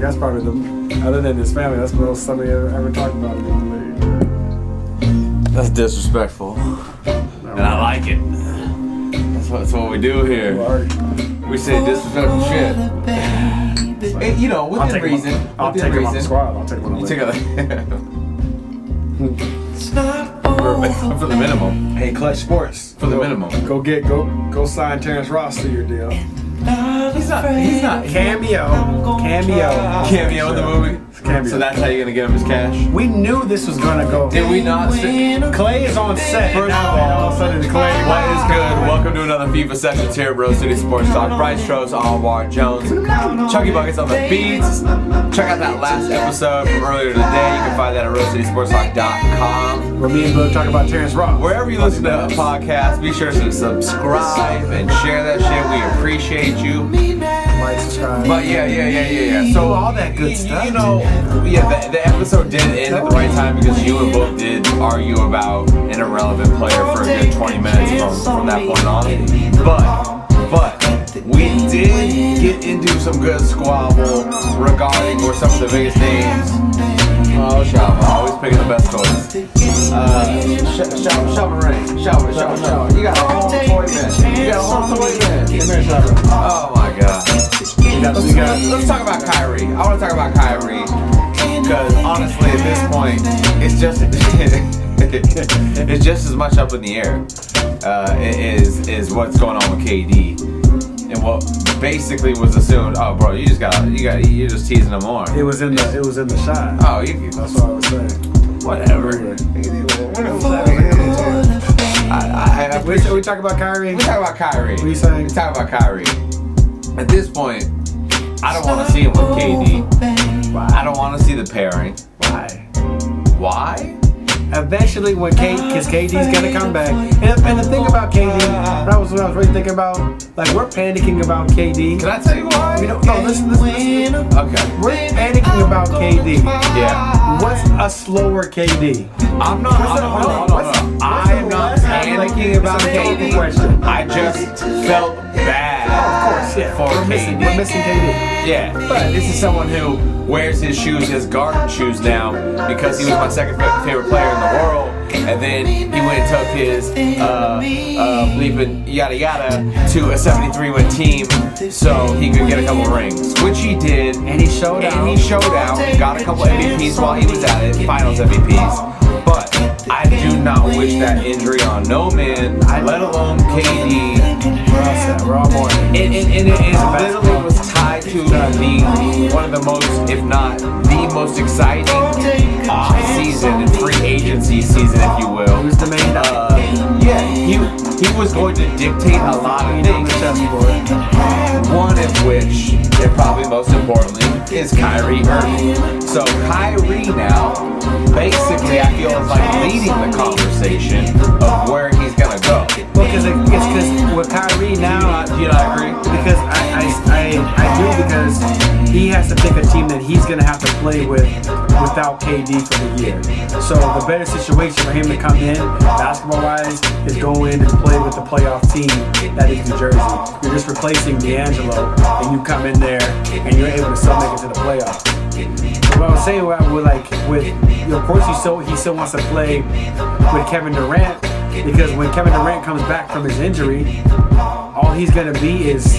that's probably the other than his family, that's the most somebody ever, ever talked about him in the league. That's disrespectful. And I like it. That's what, that's what we do here. We say disrespectful shit. And, you know, I'll within take him. reason. Off, I'll within take him off the reason. squad. I'll take one. You off take the- a for, for the minimum. Hey, Clutch Sports. For the Go- minimum. Go get go go sign Terrence Ross to your deal. He's not. He's not. Cameo, cameo. Cameo in the movie. Cameo. So that's how you're gonna get him his cash. We knew this was gonna go. Did we not? Say, Clay is on set. First now, of all, and all of a sudden, Clay. What is good? Welcome to another FIFA Sessions here, Bro City Sports Talk. Bryce Strokes, Alvar Jones, Chucky Buckets on the beats. Check out that last episode from earlier today. You can find that at RoadCitySportsTalk.com. Where me and Bo talk about Terrence Ross. Wherever you listen to a podcast, be sure to subscribe and share that shit. We appreciate you. Like, subscribe. But yeah, yeah, yeah, yeah, yeah. So all that good you- stuff. You know, yeah, the, the episode did end at the right time because you and Book did argue about an irrelevant player for a good 20 minutes from, from that point on. But, but we did get into some good squabble regarding were some of the biggest names. Oh, Shava, always picking the best toys. Uh, Sh- Sh- Shava Rain, Shava, Shava, Shava. You got a whole toy man. You got a whole toy man. Come here, Shava. Oh my God. Let's, let's- let's talk about Kyrie. I want to talk about Kyrie because honestly, at this point, it's just it's just as much up in the air uh, is is what's going on with KD and what basically was assumed. Oh, bro, you just got you got you're just teasing him more. It was in the it was in the shot. Oh, you That's what I was saying. whatever. I, I, I, We, we talk about Kyrie. We talk about Kyrie. What are you saying? We talk about Kyrie. At this point, I don't want to see him with KD. I don't want to see the pairing. Why? Why? Eventually, when K, cause KD's gonna come back, and, and the thing about KD, that was what I was really thinking about. Like we're panicking about KD. Can I tell you why? We don't. No, listen, listen, listen. Okay. We're panicking about KD. Yeah. What's a slower KD? I'm not. I'm not hold on, hold on, hold on. I am not What's the last- panicking about It's a KD. rhetorical question. I just felt bad. Of course, yeah. For we're missing, KD. we're missing KD. Yeah, but this is someone who wears his shoes, his garden shoes now, because he was my second fa- favorite player in the world. And then he went and took his uh, uh, bleeping yada yada to a 73 win team so he could get a couple rings, which he did. And he showed And out. he showed out and got a couple MVPs while he was at it, finals MVPs. But I do not wish that injury on no man, let alone KD. We're all set. We're all mourning. And, and, and it, it literally was tied to the one of the most, if not the most exciting off season and free agency season, if you will. Who's the main dog? Uh, yeah, he he was going to dictate a lot of Being on the things. chessboard. One of which, and probably most importantly, is Kyrie Irving. So Kyrie now, basically, I feel is like leading the conversation of where he's gonna go. Well, cause it, it's cause with Kyrie Do you now, not, Uh, do you not agree? because I, I, I, I do because he has to pick a team that he's gonna have to play with without KD for the year. So the better situation for him to come in, basketball wise, is go in and play with the playoff team that is New Jersey. You're just replacing D'Angelo, and you come in there and you're able to still make it to the playoffs. But what I was saying what I would like with you know, of course he still he still wants to play with Kevin Durant because when Kevin Durant comes back from his injury, all he's gonna be is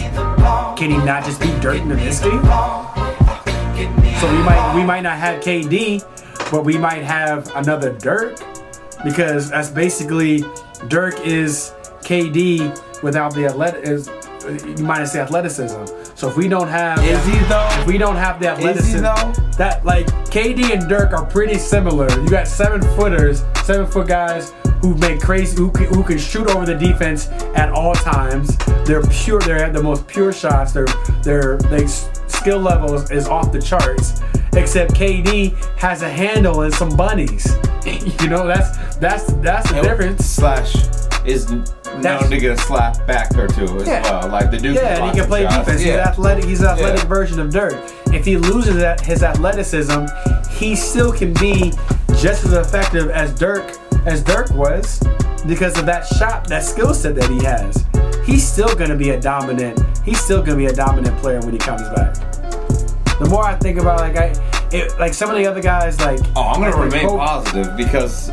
can he not just be Dirk Nowitzki? So we might we might not have KD, but we might have another Dirk because that's basically Dirk is KD without the athletic is you might say athleticism. So if we don't have Is he though? we don't have the athleticism. though? That like KD and Dirk are pretty similar. You got seven footers, seven foot guys who make crazy, who can, who can shoot over the defense at all times. They're pure. They have the most pure shots. Their their they skill levels is off the charts. Except KD has a handle and some bunnies. you know that's that's that's the difference. Slash is known That's- to get a slap back or two as Yeah. well. Like the dude. Yeah, and he can play blocks defense. He's shots. athletic. He's an athletic Yeah. version of Dirk. If he loses that his athleticism, he still can be just as effective as Dirk as Dirk was because of that shot, that skill set that he has. He's still gonna be a dominant. He's still gonna be a dominant player when he comes back. the more I think about it, like I, it, like some of the other guys, like Oh, I'm gonna like remain Kobe- positive because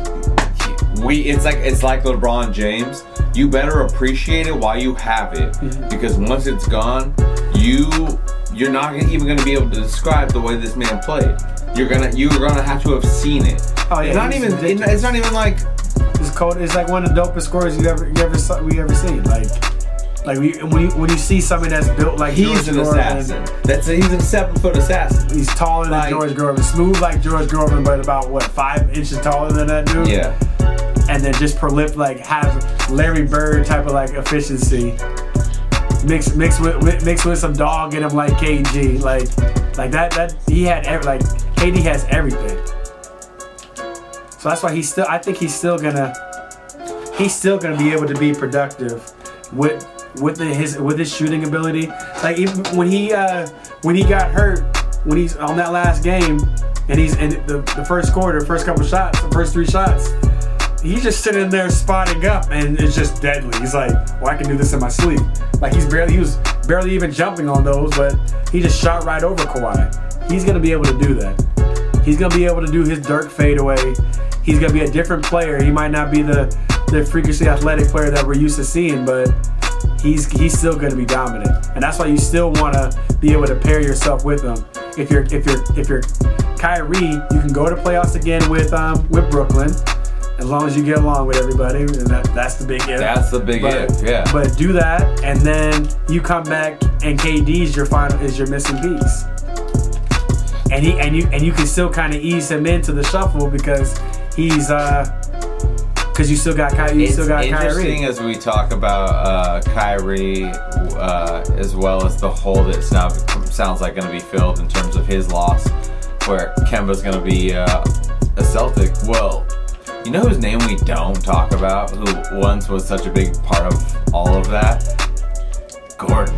we it's like it's like LeBron James. You better appreciate it while you have it. Mm-hmm. Because once it's gone, you you're not gonna- even gonna be able to describe the way this man played. You're gonna you're gonna have to have seen it. Oh, yeah, it's not he's even it- ridiculous. it's not even like It's cold. It's like one of the dopest scores you ever you ever saw, we ever seen. Like like we, when you when you see somebody that's built like he's George an Gorman, assassin. That's he's a seven foot assassin. He's taller than Like- George Gorman, smooth like George Gorman, but about what five inches taller than that dude. Yeah. and then just prolific, like has Larry Bird type of like efficiency. Mixed mixed with with- mixed with some dog in him like KG, like like that that he had ev- like KD has everything. So that's why he's still. I think he's still gonna he's still gonna be able to be productive with with the, his with his shooting ability. Like even when he uh, when he got hurt when he's on that last game and he's in the, the first quarter, first couple shots, the first three shots, he's just sitting there spotting up and it's just deadly. He's like, well, I can do this in my sleep. Like he's barely he was barely even jumping on those, but he just shot right over Kawhi. He's gonna be able to do that. He's gonna be able to do his Dirk fadeaway. He's gonna be a different player. He might not be the the freakishly athletic player that we're used to seeing, but he's he's still gonna be dominant. And that's why you still wanna be able to pair yourself with him. If you're if you're if you're Kyrie, you can go to playoffs again with um with Brooklyn. As long as you get along with everybody, and that, that's the big if. That's the big But- if, yeah. But do that, and then you come back, and KD is your final is your missing piece, and he and you and you can still kind of ease him into the shuffle because he's uh because you still got Kyrie, you It's still got interesting Kyrie. uh, as we talk about uh, Kyrie, uh, as well as the hole that's now sounds like going to be filled in terms of his loss, where Kemba's going to be uh, a Celtic. Well, you know whose name we don't talk about, who once was such a big part of all of that, Gordon.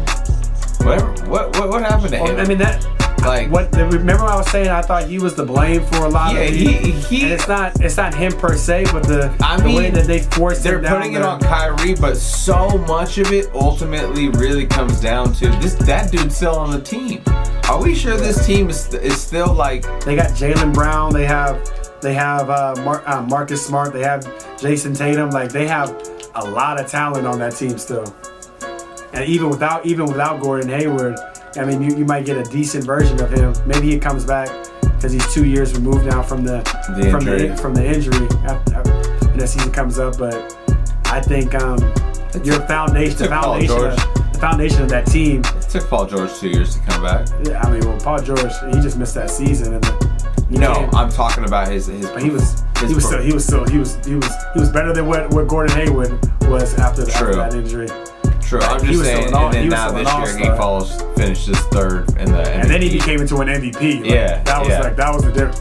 Whatever. What what, what happened to him? I mean that. like What remember I was saying? I thought he was the blame for a lot Yeah, of he- these, he- and it's not it's not him per se, but the, I the way mean, that they forced They're him down putting it the- on Kyrie, but so much of it ultimately really comes down to this. That dude's still on the team. Are we sure this team is, is still like? They got Jalen Brown. They have they have uh, Mar- uh, Marcus Smart. They have Jason Tatum. Like they have a lot of talent on that team still. And even without even without Gordon Hayward, I mean, you, you might get a decent version of him. Maybe he comes back because he's two years removed now from the, The from injury. the from the injury after, when that season comes up. But I think um, your foundation, the it's a call, foundation, of, George. the foundation of that team It took Paul George two years to come back. yeah, I mean, well, Paul George, he just missed that season, and you No, can't- I'm talking about his his. but he was his he was per- still he was still he was he was he was better than what, what Gordon Hayward was after, the, after True. that injury, True, I'm he just was still saying. an all- and then he was now still an this year he all-star. follows finishes third in the. and then he became into an MVP. Like, Yeah, that was yeah. like that was the difference.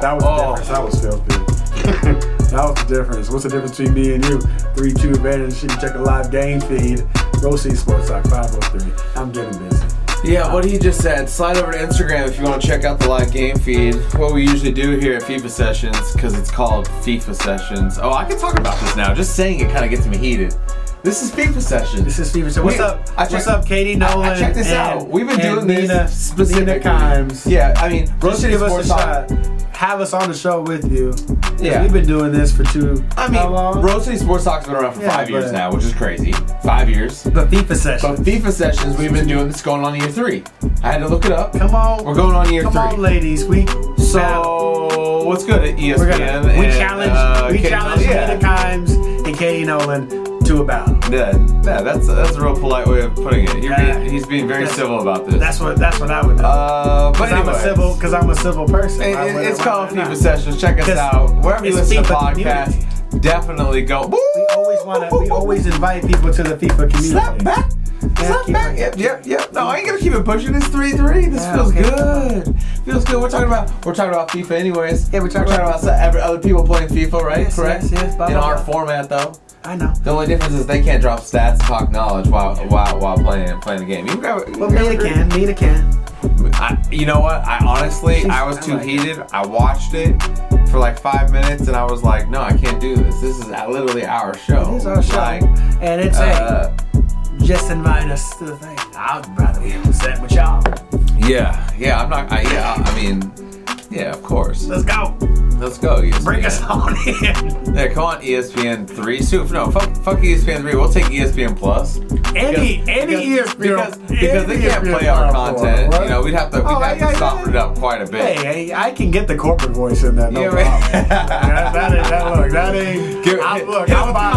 That was Oh. the difference. That was filthy. that was the difference. What's the difference between me and you? Three two advantage. You check a live game feed. Rosie Sports Talk five oh three. I'm getting busy. Yeah, what he just said. Slide over to Instagram if you want to check out the live game feed. What we usually do here at FIFA Sessions, because it's called FIFA Sessions. Oh, I can talk about this now. Just saying it kind of gets me heated. This is FIFA Sessions. This is Steven. So what's We- up? I what's checked- up, Katie I- Nolan? I, checked this and- out. We've been and doing Nina, this specifically. Nina Kimes. Yeah, I mean, Just Roasted give us a Sports shot. Talk. Have us on the show with you. 'Cause Yeah. We've been doing this for two. I how long? mean, Rose City Sports Talk's been around for Yeah, five years but- now, which is crazy. Five years. the FIFA session. But FIFA Sessions, we've been doing this going on year three. I had to look it up. Come on. We're going on year Come three. on, ladies. We So what's good at E ESPN? we're gonna we and, challenge uh, we Katie- challenge Nina Yeah, Kimes and Katie Nolan to a battle. yeah, yeah, that's that's a real polite way of putting it. You're Yeah. being, he's being very That's- civil about this. That's what that's what I would do. uh, but 'Cause I'm a anyway, civil because I'm a civil person. it- Why it- would I- it's why called would I FIFA not? Sessions. Check us Because out wherever you it's listen to FIFA podcasts. Definitely go. We always want to. We always invite people to the FIFA community. slap back. Slap keep back. it- Yep, yep, yep. No, I ain't gonna keep it pushing. It's three three. This Yeah, feels okay. good. Feels good. We're talking about we're talking about FIFA anyways. Yeah, we're talking about, about- so- every- other people playing FIFA, right? Yes, Correct. yes, yes, blah, In blah, our blah. format though. I know. The only difference is they can't drop stats, and talk knowledge while while while playing playing the game. You grab it. But Nina can. Nina can. I, you know what? I honestly, I was too I like it. heated. I watched it for like five minutes, and I was like, no, I can't do this. This is literally our show. It is our show, Like, and it's uh, a just invite us to the thing. I'd rather be upset with y'all. Yeah, yeah, I'm not. I, yeah, I mean, yeah, of course. Let's go. Let's go. E ESPN. Bring us on in. Yeah, come on, E ESPN three. Shoot, no, fuck, fuck E ESPN three. We'll take ESPN plus. Any, E Because- any because, ESPN because, any because they can't ESPN play our platform, content. what? You know, we'd have to we'd Oh, have yeah, to soften yeah. it up quite a bit. Hey, I, I can get the corporate voice in that. No Yeah, problem. right. that, that ain't that look. That ain't. Give- I'm, hit- look, hit I'm, him bi-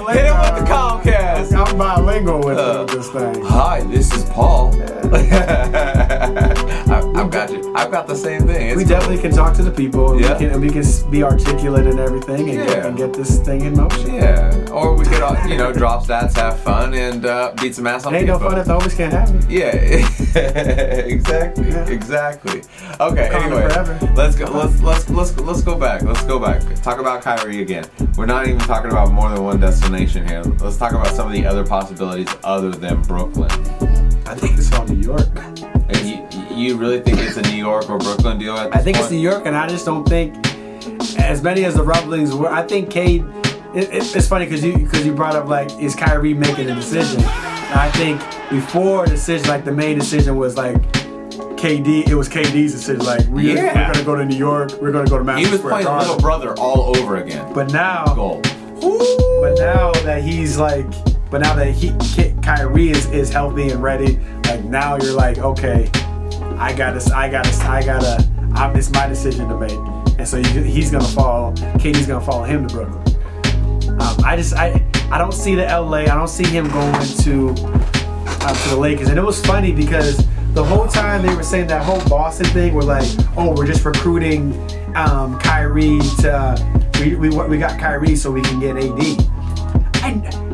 with the I'm bilingual. Comcast. Hit him with the Comcast. I'm bilingual with Uh, this thing. Hi, this is Paul. I, I've got you. I've got the same thing. It's We definitely can talk to the people. and Yeah. We can, and we can s- be articulate and everything, and, Yeah. and get this thing in motion. Yeah, or we could, uh, you know, drop stats, have fun, and uh, beat some ass on It ain't no FIFA. fun if the homies can't have me. Yeah, exactly, Yeah. exactly. Okay, Wakanda anyway, forever. let's go. Let's let's let's let's go back. Let's go back. Talk about Kyrie again. We're not even talking about more than one destination here. Let's talk about some of the other possibilities other than Brooklyn. I think it's all New York. And you, you really think it's a New York or Brooklyn deal? At this I think it's point? New York, and I just don't think as many as the rumblings were. I think Cade. It, it, it's funny because you because you brought up like is Kyrie making a decision? And I think before the decision, like the main decision was like KD. It was KD's decision. Like we, Yeah. we're gonna go to New York. We're gonna go to Madison He was Square playing Garden. little brother all over again. But now, Goal. but now that he's like, but now that he Ki- Kyrie is is healthy and ready, like now you're like, okay, I gotta, I gotta, I gotta, I'm, it's my decision to make, and so you, he's gonna follow, Katie's gonna follow him to Brooklyn. Um, I just, I, I don't see the LA, I don't see him going to um, to the Lakers. And it was funny because the whole time they were saying that whole Boston thing, we're like, oh, we're just recruiting um, Kyrie to we, we we got Kyrie so we can get AD. I,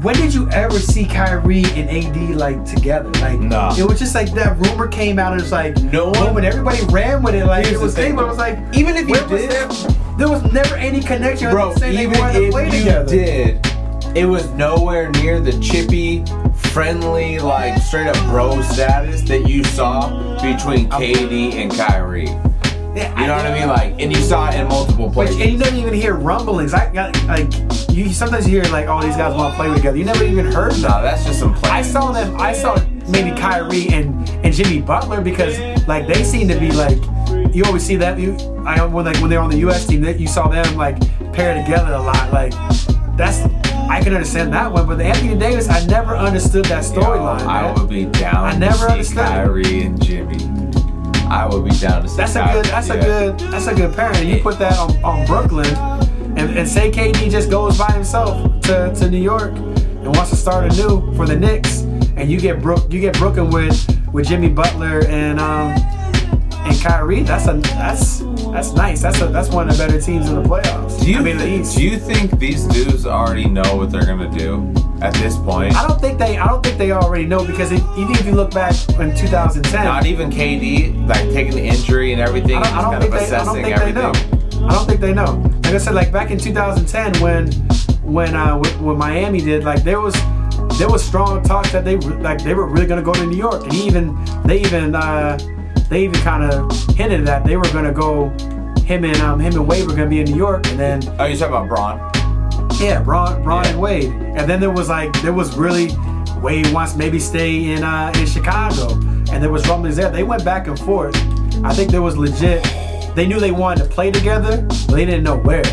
when did you ever see Kyrie and AD like together? Like, Nah. it was just like that rumor came out. It was like, No one- boom, and everybody ran with it. Like Here's it the was thing, thing, but it was like, Even if you where was did- there, there was never any connection. other Bro, than saying they even wanted to play if you together. did, it was nowhere near the chippy, friendly, like straight up bro status that you saw between KD and Kyrie. You know Yeah, I- what I mean? Like, and you saw it in multiple But and you places. never even hear rumblings. I got like you sometimes you hear like all these guys want to play together. You never even heard them. Nah, that's just some play. I saw them. I saw maybe Kyrie and and Jimmy Butler because like they seem to be like you always see that you I when like when they're on the U.S. team that you saw them like pair together a lot. Like that's I can understand that one, but the Anthony Davis I never understood that storyline. I man. would be down. I never to see understood. Kyrie and Jimmy. I would be down to see. That's a Kyrie, good. That's a yeah. good. That's a good pairing. You put that on, on Brooklyn, and, and say KD just goes by himself to, to New York and wants to start anew for the Knicks, and you get Brook, you get Brooklyn with with Jimmy Butler and um and Kyrie. That's a that's that's nice. That's a that's one of the better teams in the playoffs. Do you, I mean, the thi- East. do you think these dudes already know what they're gonna do at this point? I don't think they. I don't think they already know because if, even if you look back in 2010, Not even KD, like taking the injury and everything, I just don't, I don't kind of think they. I don't assessing think everything. they know. I don't think they know. Like I said, like back in 2010, when when uh, when, when Miami did, like there was there was strong talk that they were- like they were really gonna go to New York, and even they even uh, they even kind of hinted that they were gonna go. Him and um, him and Wade were gonna be in New York, and then Oh, you're talking about Braun? yeah, Braun, Braun Yeah. and Wade. And then there was like there was really Wade wants maybe stay in uh, in Chicago, and there was rumblings there. They went back and forth. I think there was legit. They knew they wanted to play together, but they didn't know where.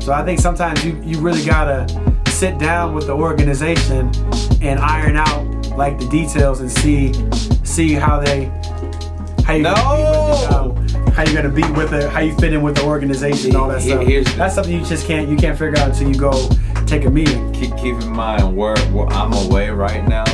So I think sometimes you you really gotta sit down with the organization and iron out like the details and see see how they how you No! gonna be with the, um, how you gonna be with it, how you fit in with the organization and all that He- stuff. here's the- That's something you just can't you can't figure out until you go take a meeting. Keep, keep in mind where, where I'm away right now.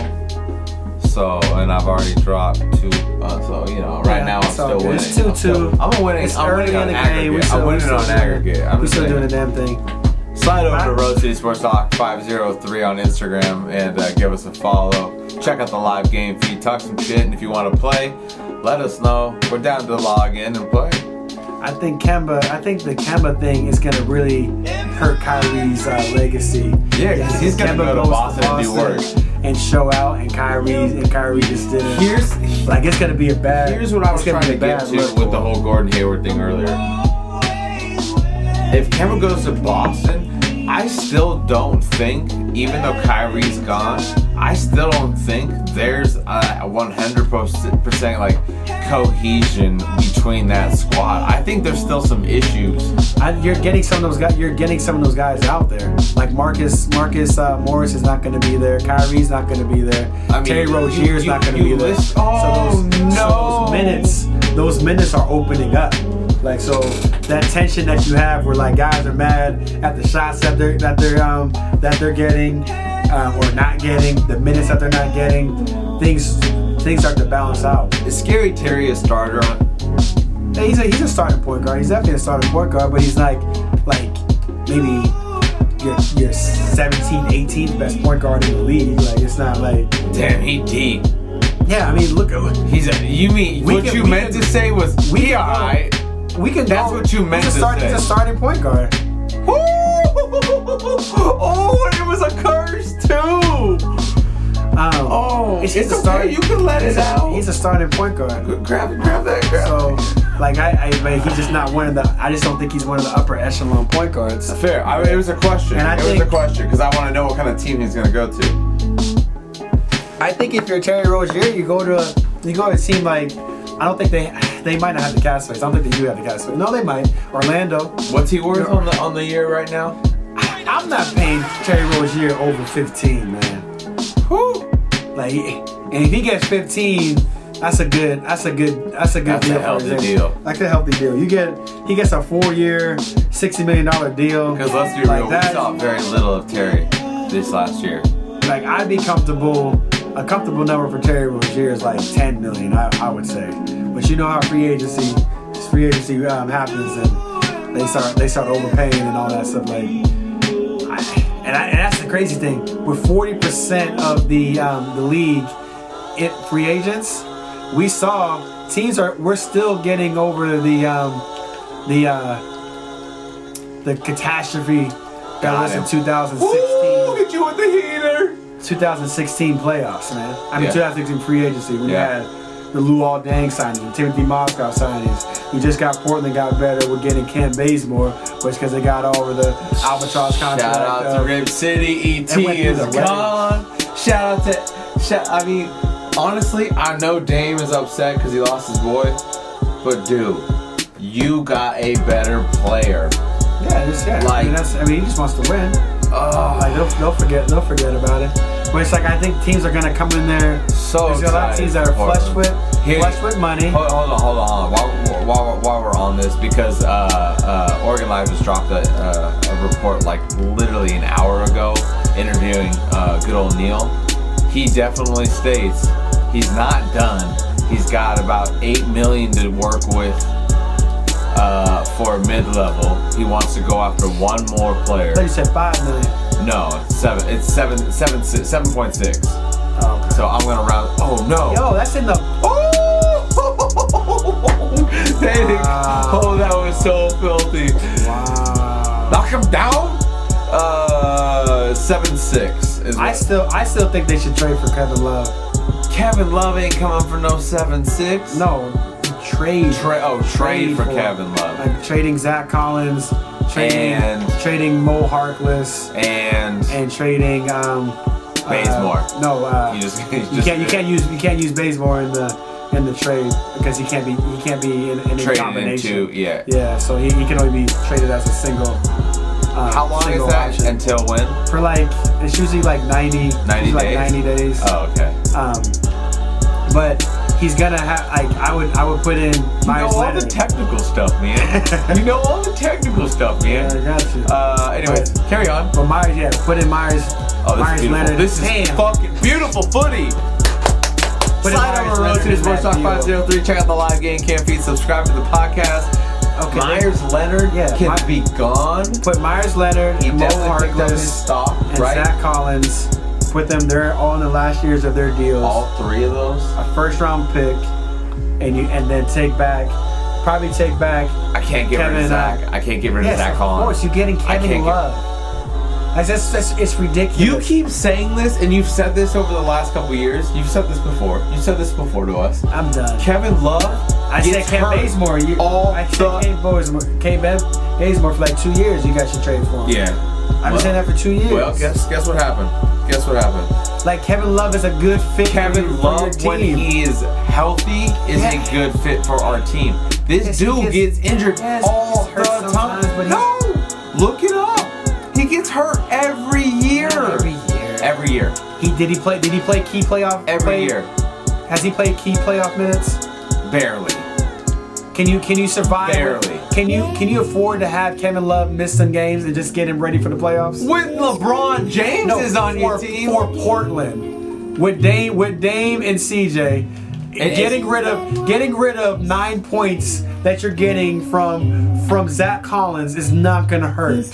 So, and I've already dropped two. Uh, so, you know, right Yeah, now I'm it's all still good. winning. It's I'm still- 2-2. I'm winning. It's I'm early winning in on the game. aggregate. I'm winning on aggregate. I'm We're just still doing saying. the damn thing. Slide over to Road City Sports Talk 503 on Instagram and uh, give us a follow. Check out the live game feed, talk some shit, and if you want to play, let us know. We're down to log in and play. I think Kemba. I think the Kemba thing is gonna really hurt Kyrie's uh, legacy. Yeah, 'cause he's gonna Kemba go to goes Boston and do Boston and show out, and Kyrie and Kyrie just didn't. Here's like it's gonna be a bad. Here's what I was it's gonna trying be to a bad get to look with the for him. whole Gordon Hayward thing earlier. If Kemba goes to Boston, I still don't think even though Kyrie's gone, I still don't think there's a 100% like cohesion between that squad. I think there's still some issues. I, you're getting some of those guys. You're getting some of those guys out there. Like Marcus, Marcus uh, Morris is not going to be there. Kyrie's not going to be there. I mean, Terry Rozier is you- not going to you be there. list- oh, those, no. those minutes, those minutes are opening up. Like so, that tension that you have, where like guys are mad at the shots that they're that they're um that they're getting uh, or not getting, the minutes that they're not getting, things things start to balance out. Is Scary Terry a starter? Yeah, he's a he's a starting point guard. He's definitely a starting point guard, but he's like like maybe your your 17, 18th best point guard in the league. Like it's not like Damn, he deep. yeah. I mean, look, at- He's a. You mean We what can- you we meant can- to say was we we can- alright. we can. That's go- what you meant he's a to start, say. He's a starting point guard. Oh, and it was a curse too. Um, Oh, it's, he's a okay. starting- you can let he's it a- out. He's a starting point guard. grab, grab that. Grab. So like I, I like, he's just not one of the. I just don't think he's one of the upper echelon point guards. Fair. I mean, it was a question. And I it think- was a question because I want to know what kind of team he's gonna go to. I think if you're Terry Rozier, you go to a, you go to a team like I don't think they they might not have the cast space. I don't think they do have the cast space. No, they might. Orlando. What's he worth on the on the year right now? I'm not paying Terry Rozier over 15, man. Whew. Like, and if he gets 15, that's a good that's a good that's a good That's a deal. for healthy him. deal. That's a healthy deal. You get he gets a four year, sixty million dollar deal. Because let's be Like real, that- we saw very little of Terry this last year. like I'd be comfortable. A comfortable number for Terry Rozier is like 10 million, I, I would say. But you know how free agency, free agency um, happens, and they start they start overpaying and all that stuff. Like, I, and, I, and that's the crazy thing. With 40% of the um, the league, it free agents, we saw teams are we're still getting over the um, the uh, the catastrophe that Got was in him. 2016. at you with the heater. 2016 playoffs, man. I mean, Yeah. 2016 free agency. We Yeah. had the Lou Dang signing, the Timothy Moscow signings. We just got Portland got better. We're getting Cam Bazemore, which because they got over the Albatross contract. Shout out uh, to Rib City. ET and went through is the wedding. gone. Shout out to. Shout, I mean, honestly, I know Dame is upset because he lost his boy, but dude, you got a better player. yeah, just, yeah. I Like- mean, that's, I mean, he just wants to win. Oh, Like they'll, they'll forget, they'll forget about it. But it's like I think teams are gonna come in there. so There's a lot of excited teams that are for flush him. with, Here- flush with money. Hold, hold on, hold on, hold on. While, while, while we're on this, because uh, uh, Oregon Live just dropped a, uh, a report like literally an hour ago interviewing uh, good old Neil. He definitely states he's not done. He's got about 8 million to work with uh, for mid level. He wants to go after one more player. Like you said, five million. No, it's seven. It's seven, seven, six, 7.6. Oh, okay. So I'm gonna round. Oh no! Yo, that's in the. Oh! They- Wow. Oh, that was so filthy. Wow. Knock him down. Uh, seven six. Is I what- still, I still think they should trade for Kevin Love. Kevin Love ain't coming for no seven six. No, trade. Tra- oh, trade, for, Kevin Love Like trading Zach Collins, trading And- trading Mo Harkless, and and trading um uh, Bazemore. no, uh, you you, just, you can't you can't use you can't use Bazemore in the in the trade because he can't be he can't be in, in a trade it combination. into yeah. Yeah, so he, he can only be traded as a single. Uh, How long is single that option. until when? For like it's usually like ninety. 90 usually Like days? ninety days. Oh, okay. Um, but he's gonna have like I would I would put in You know Myers all the Leonard. technical stuff, man. you know all the technical stuff, Yeah, I man. got you. Uh, anyway, carry on. but Myers, yeah, put in Myers. Oh, Myers this is beautiful. Leonard. This is Damn. fucking beautiful footy. Put it Slide Myers over Leonard road to in Sports that Talk deal. 503. Check out the live game cam feed. Subscribe to the podcast. Okay. Myers Leonard Yeah, can My- be gone. Put Myers Leonard, He Mo definitely picked up his Harkless, stock, and right? Zach Collins. Put them. They're all in the last years of their deals. All three of those. A first round pick, and you and then take back, probably take back. I can't get rid Kevin, of Zach. uh, I can't get rid of yes, Zach of Collins. course. You're getting I Kevin can't get- Love. Like, that's, that's, it's ridiculous. You keep saying this, and you've said this over the last couple years. You've said this before. You've said this before to us. I'm done. Kevin Love. I said gets Cam hurt Bazemore. You, all I said the Cam Bazemore, Cam Ba- Bazemore for like two years. You guys should trade for him. Yeah. I've been saying that for two years. Well, guess guess what happened? Guess what happened? like Kevin Love is a good fit. for Kevin your Love, team. when he is healthy, is Yeah. a good fit for our team. This Yes, he dude gets- gets, injured yes, all he's the hurt sometimes, but time. he- No, look it up. He gets hurt every year. every year. Every year. he did he play? Did he play key playoff? Every play- year. Has he played key playoff minutes? Barely. Can you can you survive? Barely. Can you can you afford to have Kevin Love miss some games and just get him ready for the playoffs? When LeBron James is on for, your team, for Portland with Dame with Dame and CJ. And- getting rid of getting rid of nine points that you're getting from from Zach Collins is not gonna hurt.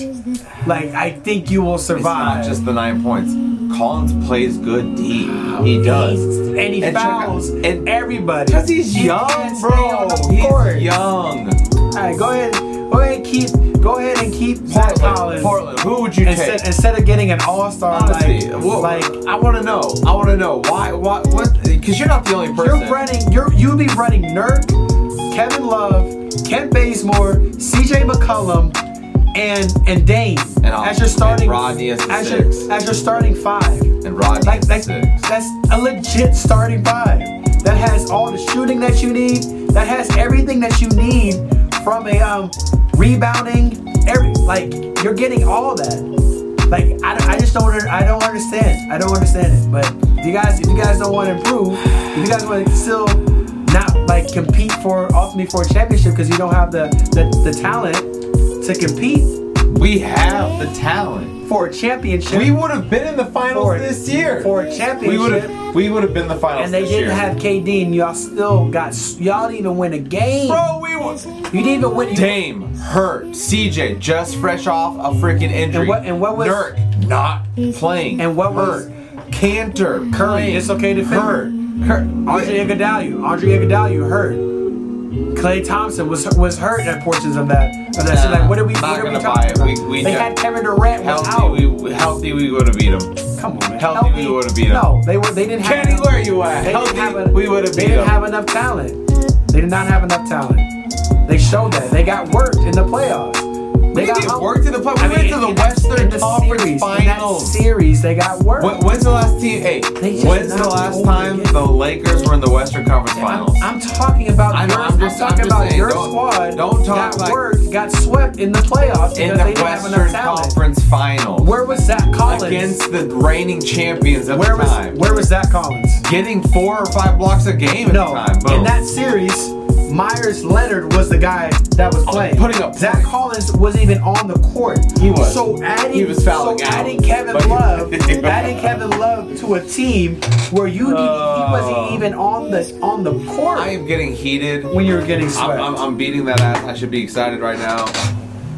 Like I think you will it's not survive. just the nine points. Collins plays good D. He does. and he and check out- fouls and- everybody. Because he's He young, can't stay bro. on the court. He's young. All right, go ahead, go ahead, keep go ahead and keep Zach Collins. Portland, Portland, who would you take? Instead, instead of getting an All Star like, Honestly, wha- like I want to know. I want to know why. Why? What? Because you're not the only person. You're running. You're you be running Nurk, Kevin Love, Kent Bazemore, C.J. McCollum, and and Dane And I'll- as your starting and Rodney as the as six. your as your starting five. And Rodney Like is like six. that's a legit starting five that has all the shooting that you need, that has everything that you need from a um rebounding. Every like you're getting all that. Like I, I just don't under- I don't understand I don't understand it. But if you guys if you guys don't want to improve, if you guys want to still not like compete for ultimately for a championship because you don't have the, the the talent to compete We have the talent. for a championship. We would have been in the finals For- this year. for a championship. We would have. We would have been in the finals and they this didn't year. have KD, and y'all still got s- y'all didn't even win a game. Bro, we were. You didn't even win. you- Dame hurt. CJ just fresh off a freaking injury. And what- and what was- Nurk not playing? And what was- hurt. Cantor Curry dislocated finger. hurt. Hurt. Andre Iguodala, Andre Iguodala hurt. Clay Thompson was was hurt at portions of that. Of that. So Nah, like, what are we? not What are we gonna talking buy about? it. We- we they just- had Kevin Durant was out. Healthy, we healthy, we would have beat him. Come on, man. Healthy, we would've beat 'em. No, they were. They didn't have. Kenny, where you at? They didn't Healthy, have we would've They beat didn't 'em. have enough talent. They did not have enough talent. They showed that. They got worked in the playoffs. They They got get hum- worked in the playoffs. I We mean, went to the in that- Western in the Conference series, Finals. In that series, they got worked. When, when's the last team? Hey, They just when's the knocked last over time again. the Lakers were in the Western Conference Finals? I'm talking about I know, your, I'm just- talking I'm just about saying, your don't- squad. don't talk got like- worked, got swept in the playoffs because in they the didn't have Western enough talent. Conference Finals Where was Zach Collins? against the reigning champions of where the was time. where was Zach Collins? Getting four or five blocks a game at No, the time. Boom. in that series, Myers Leonard was the guy that was playing. Oh, putting up Zach points. Collins wasn't even on the court. He was. So adding, He was fouling so out. adding Kevin But- Love, adding Kevin Love to a team where you didn't, he wasn't Oh. even on the on the court I am getting heated. when you were getting swept. I'm, I'm, I'm beating that ass. I should be excited right now.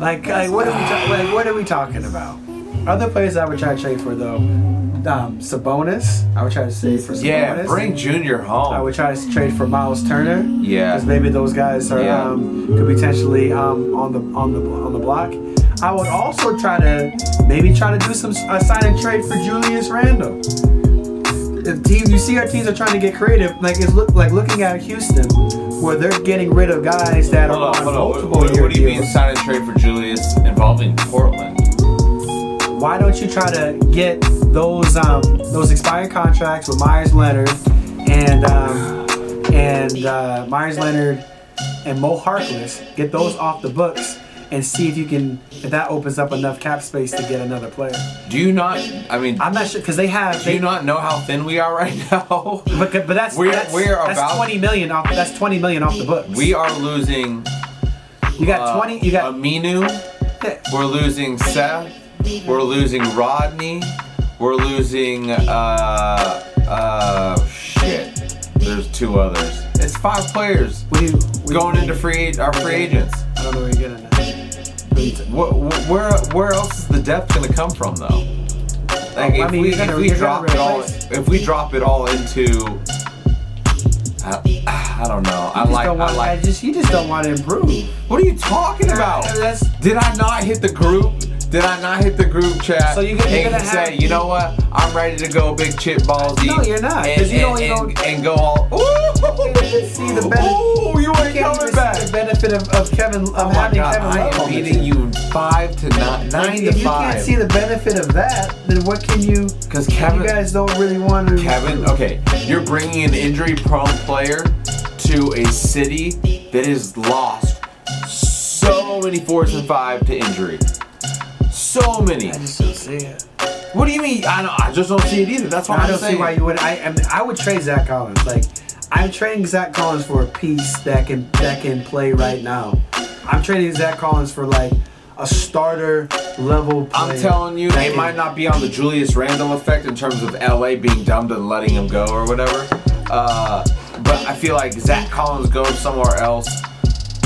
Like, like what are we ta- like, what are we talking about? Other players I would try to trade for though, um, Sabonis. I would try to save for Sabonis. Yeah, bring Junior home. I would try to trade for Miles Turner. Yeah. because maybe those guys are Yeah. um, could potentially um, on the on the on the block. I would also try to maybe try to do some a sign and trade for Julius Randle. If teams, you see, our teams are trying to get creative. Like it's look like looking at Houston, where they're getting rid of guys that Hold are on, on hold on. What, multiple what- year what do you mean deals. sign and trade for Julius involving Portland? why don't you try to get those um, those expired contracts with Myers Leonard and um, and uh, Myers Leonard and Mo Harkless, get those off the books and see if you can if that opens up enough cap space to get another player. Do you not? I mean, I'm not sure because they have do they you not know how thin we are right now? but, but that's We're- that's, we're that's about- 20 million off that's 20 million off the books. We are losing. you got uh, 20 you got Aminu. We're losing Seth. We're losing Rodney. We're losing uh uh shit. There's two others. It's five players what do you going into free our free agents. I don't know where you're getting at. Where, where where else is the depth gonna come from though? Like Oh, I if mean, we, you're gonna- if we you're gonna drop it all replace- if we drop it all into I, I don't know. I You just like don't I want like I just you just don't want to improve. What are you talking about? That's- Did I not hit the group? Did I not hit the group chat? So you- you're and gonna say, have- you know what? I'm ready to go, big chip ballsy. No, you're not, 'cause And, you you don't- and, you and, don't- and go all. Ooh, even see the benefit- Ooh, you ain't can't coming even see back. the benefit benefit of, of Kevin of Oh my having god, Kevin I Love am on this beating team. you five to nine, Like, nine to if you five. can't see the benefit of that, then what can you? 'Cause Kevin- you guys don't really want to. Kevin, okay, you're bringing an injury-prone player to a city that has lost so many fours and five to injury. So many. I just don't see it. What do you mean? I don't. I just don't see it either. That's why I I'm don't see saying. why you would. I I, mean, I would trade Zach Collins. Like I'm trading Zach Collins for a piece that can that can play right now. I'm trading Zach Collins for like a starter level. Player I'm telling you, that it can- might not be on the Julius Randle effect in terms of LA being dumbed and letting him go or whatever. Uh, but I feel like Zach Collins goes somewhere else.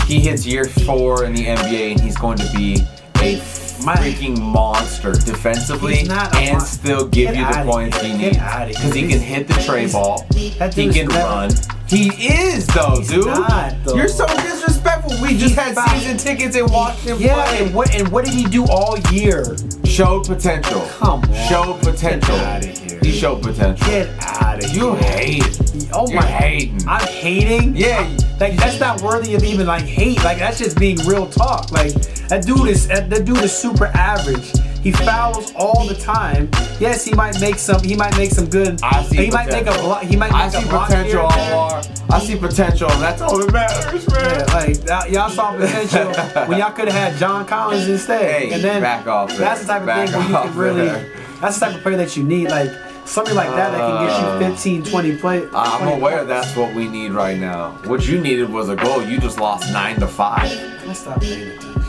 He hits year four in the NBA and he's going to be a My- freaking monster defensively He's not a and mon- still give Get you the outta points here. you Get need. outta here. Because he can hit the tray ball, he That dude's can never- run. He is though, dude. not, though. You're so disrespectful. We just had fine. season tickets and watched him Yeah, play. and what and what did he do all year? Showed potential. Come on. Showed potential. Get outta here. You showed potential. Get out of You hate. Oh You're my. hating. I'm hating. Yeah. Like that's not worthy of even like hate. Like that's just being real talk. Like that dude is that that dude is super average. He fouls all the time. Yes, he might make some. He might make some good. I see He might make a potential. block. He might make I a see block potential here and on there. war. I see potential, and that's all that matters, man. Yeah, like that, y'all saw potential when y'all could have had John Collins instead. Hey, and then back off there. that's the type of Back thing where you off can really. there. That's the type of player that you need. Like somebody like that that can get you 15, 20 play. Uh, I'm 20 aware points. that's what we need right now. What you needed was a goal. You just lost nine to five. Let's stop paying attention.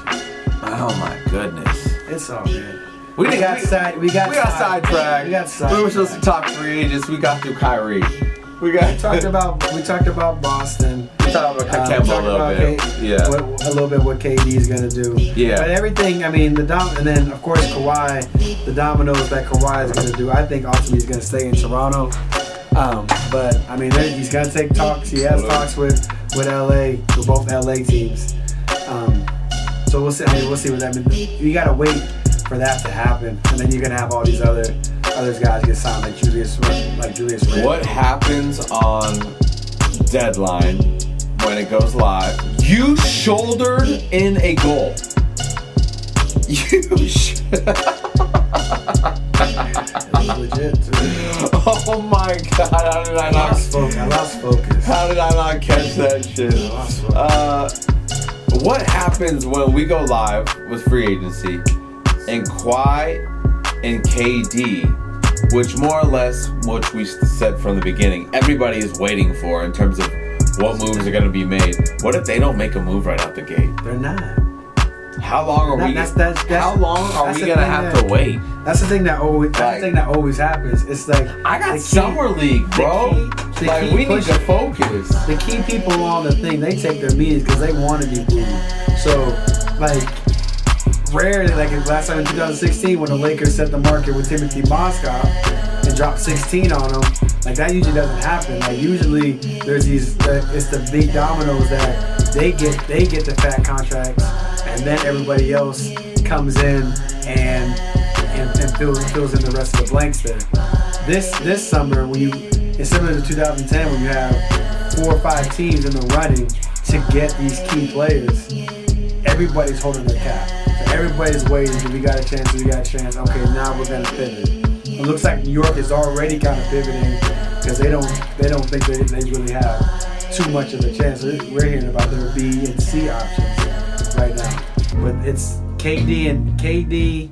Oh my goodness. It's all good. We, didn't- got side- we got we got side- sidetracked. we got We were supposed to talk free agents. We got through Kyrie. We got talked about we talked about Boston. we talked about Uh, Kemba we a talked little about bit. K- yeah. what, a little bit what KD is gonna do. Yeah. But everything, I mean, the dom, and then of course Kawhi, the dominoes that Kawhi is gonna do. I think ultimately he's gonna stay in Toronto. Um, but I mean, there- he's gonna take talks. He has talks with with LA, with both LA teams. Um, so we'll see. I mean, we'll see what that means. You gotta wait for that to happen, and then you're gonna have all these other other guys get signed, like Julius, Rand- like Julius. Randle. What happens on deadline when it goes live? You shouldered in a goal. You. Sh- Legit. Dude. oh my god! How did I I not? lost focus. I lost focus. How did I not catch that shit? Uh, what happens when we go live with free agency and Kawhi and KD, which more or less, which we said from the beginning, everybody is waiting for in terms of what moves are going to be made. What if they don't make a move right out the gate? They're not. How long are That- we? that's- that's- that's- how long are that's we the going to thing have that- to wait? That's the thing that always. That's the thing that always happens. It's like I got the key- summer league, bro. keep- they like keep we need to pushing. focus. The key people on the thing they take their meetings because they want to be booed. So like rarely, like in last time in 2016 when the Lakers set the market with Timothy Moscow and dropped 16 on him. Like that usually doesn't happen. Like usually there's these. Uh, it's the big dominoes that they get. They get the fat contracts, and then everybody else comes in and and, and fills, fills in the rest of the blanks there. This this summer, when you it's similar to 2010 when you have four or five teams in the running to get these key players. Everybody's holding their cap. So everybody's waiting. Do we got a chance? Do we got a chance? Okay, now we're gonna pivot. It looks like New York is already kind of pivoting because they don't they don't think they, they really have too much of a chance. We're hearing about their B and C options right now. But it's KD and KD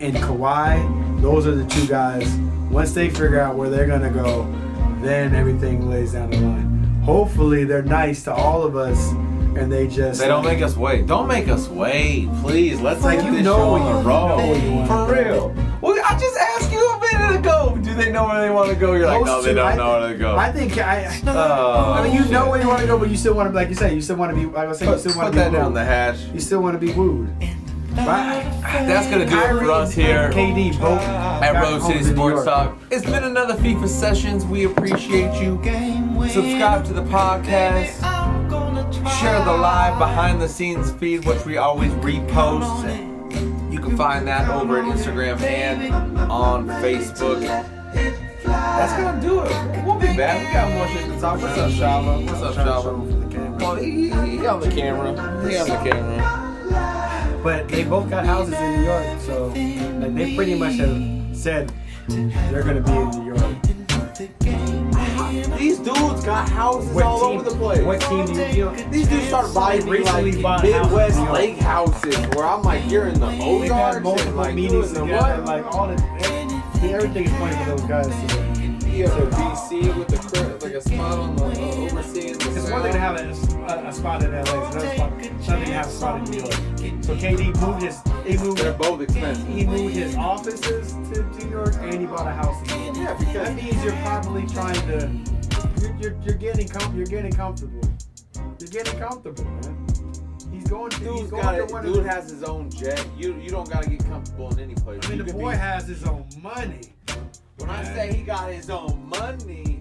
and Kawhi. Those are the two guys. Once they figure out where they're gonna go, then everything lays down the line. Hopefully, they're nice to all of us, and they just They don't make us wait. Don't make us wait, please. Let's Like, get you this know show what on the you- road. you know For what you real. want. Well, I just asked you a minute ago. Do they know where they want to go? You're like, Those no, they two, don't I know where think- to go. I think I. Oh, I mean, you know shit. where you want to go, but you still want to, be like you said, you still want to be. Like I was saying, you Put, still want put to be. that down Wooed. the hash. You still want to be wooed. Right? That's gonna do it Kyrie for us here and KD both at got Road homes City in New Sports York. Talk. It's been another FIFA sessions. We appreciate you. Subscribe to the podcast. Share the live behind the scenes feed, which we always repost. You can find that over at Instagram and on Facebook. That's gonna do it. We'll be back. We got more shit to talk. What's up, Shava? What's up, Shava? Well, Oh, he, he, he on the camera. He on the camera. But they both got houses in New York, so like they pretty much have said they're gonna be in New York. These dudes got houses What all team- over the place. What team do you feel? These dudes start buying me, Recently bought like a house in Midwest New York. lake houses where I'm like, you're in the They've had Ozarks multiple and like you meetings in the together. what? Like all the everything is funny for those guys. To do. Yeah, the BC with the cur- like a spot on the uh, overseeing the It's sound. one thing to have a, a, a spot in LA, it's another spot, another thing to have a spot in New York. So KD moved his, he moved, They're both expensive. he moved his offices to New York, and he bought a house. in New York. That Yeah, because means you're probably trying to, you're, you're, you're getting com- you're getting comfortable. You're getting comfortable, man. He's going to, he's dude's going got to a, one dude of the, has his own jet. You you don't gotta get comfortable in any place. I mean, You the could boy be- has his own money. when I say he got his own money,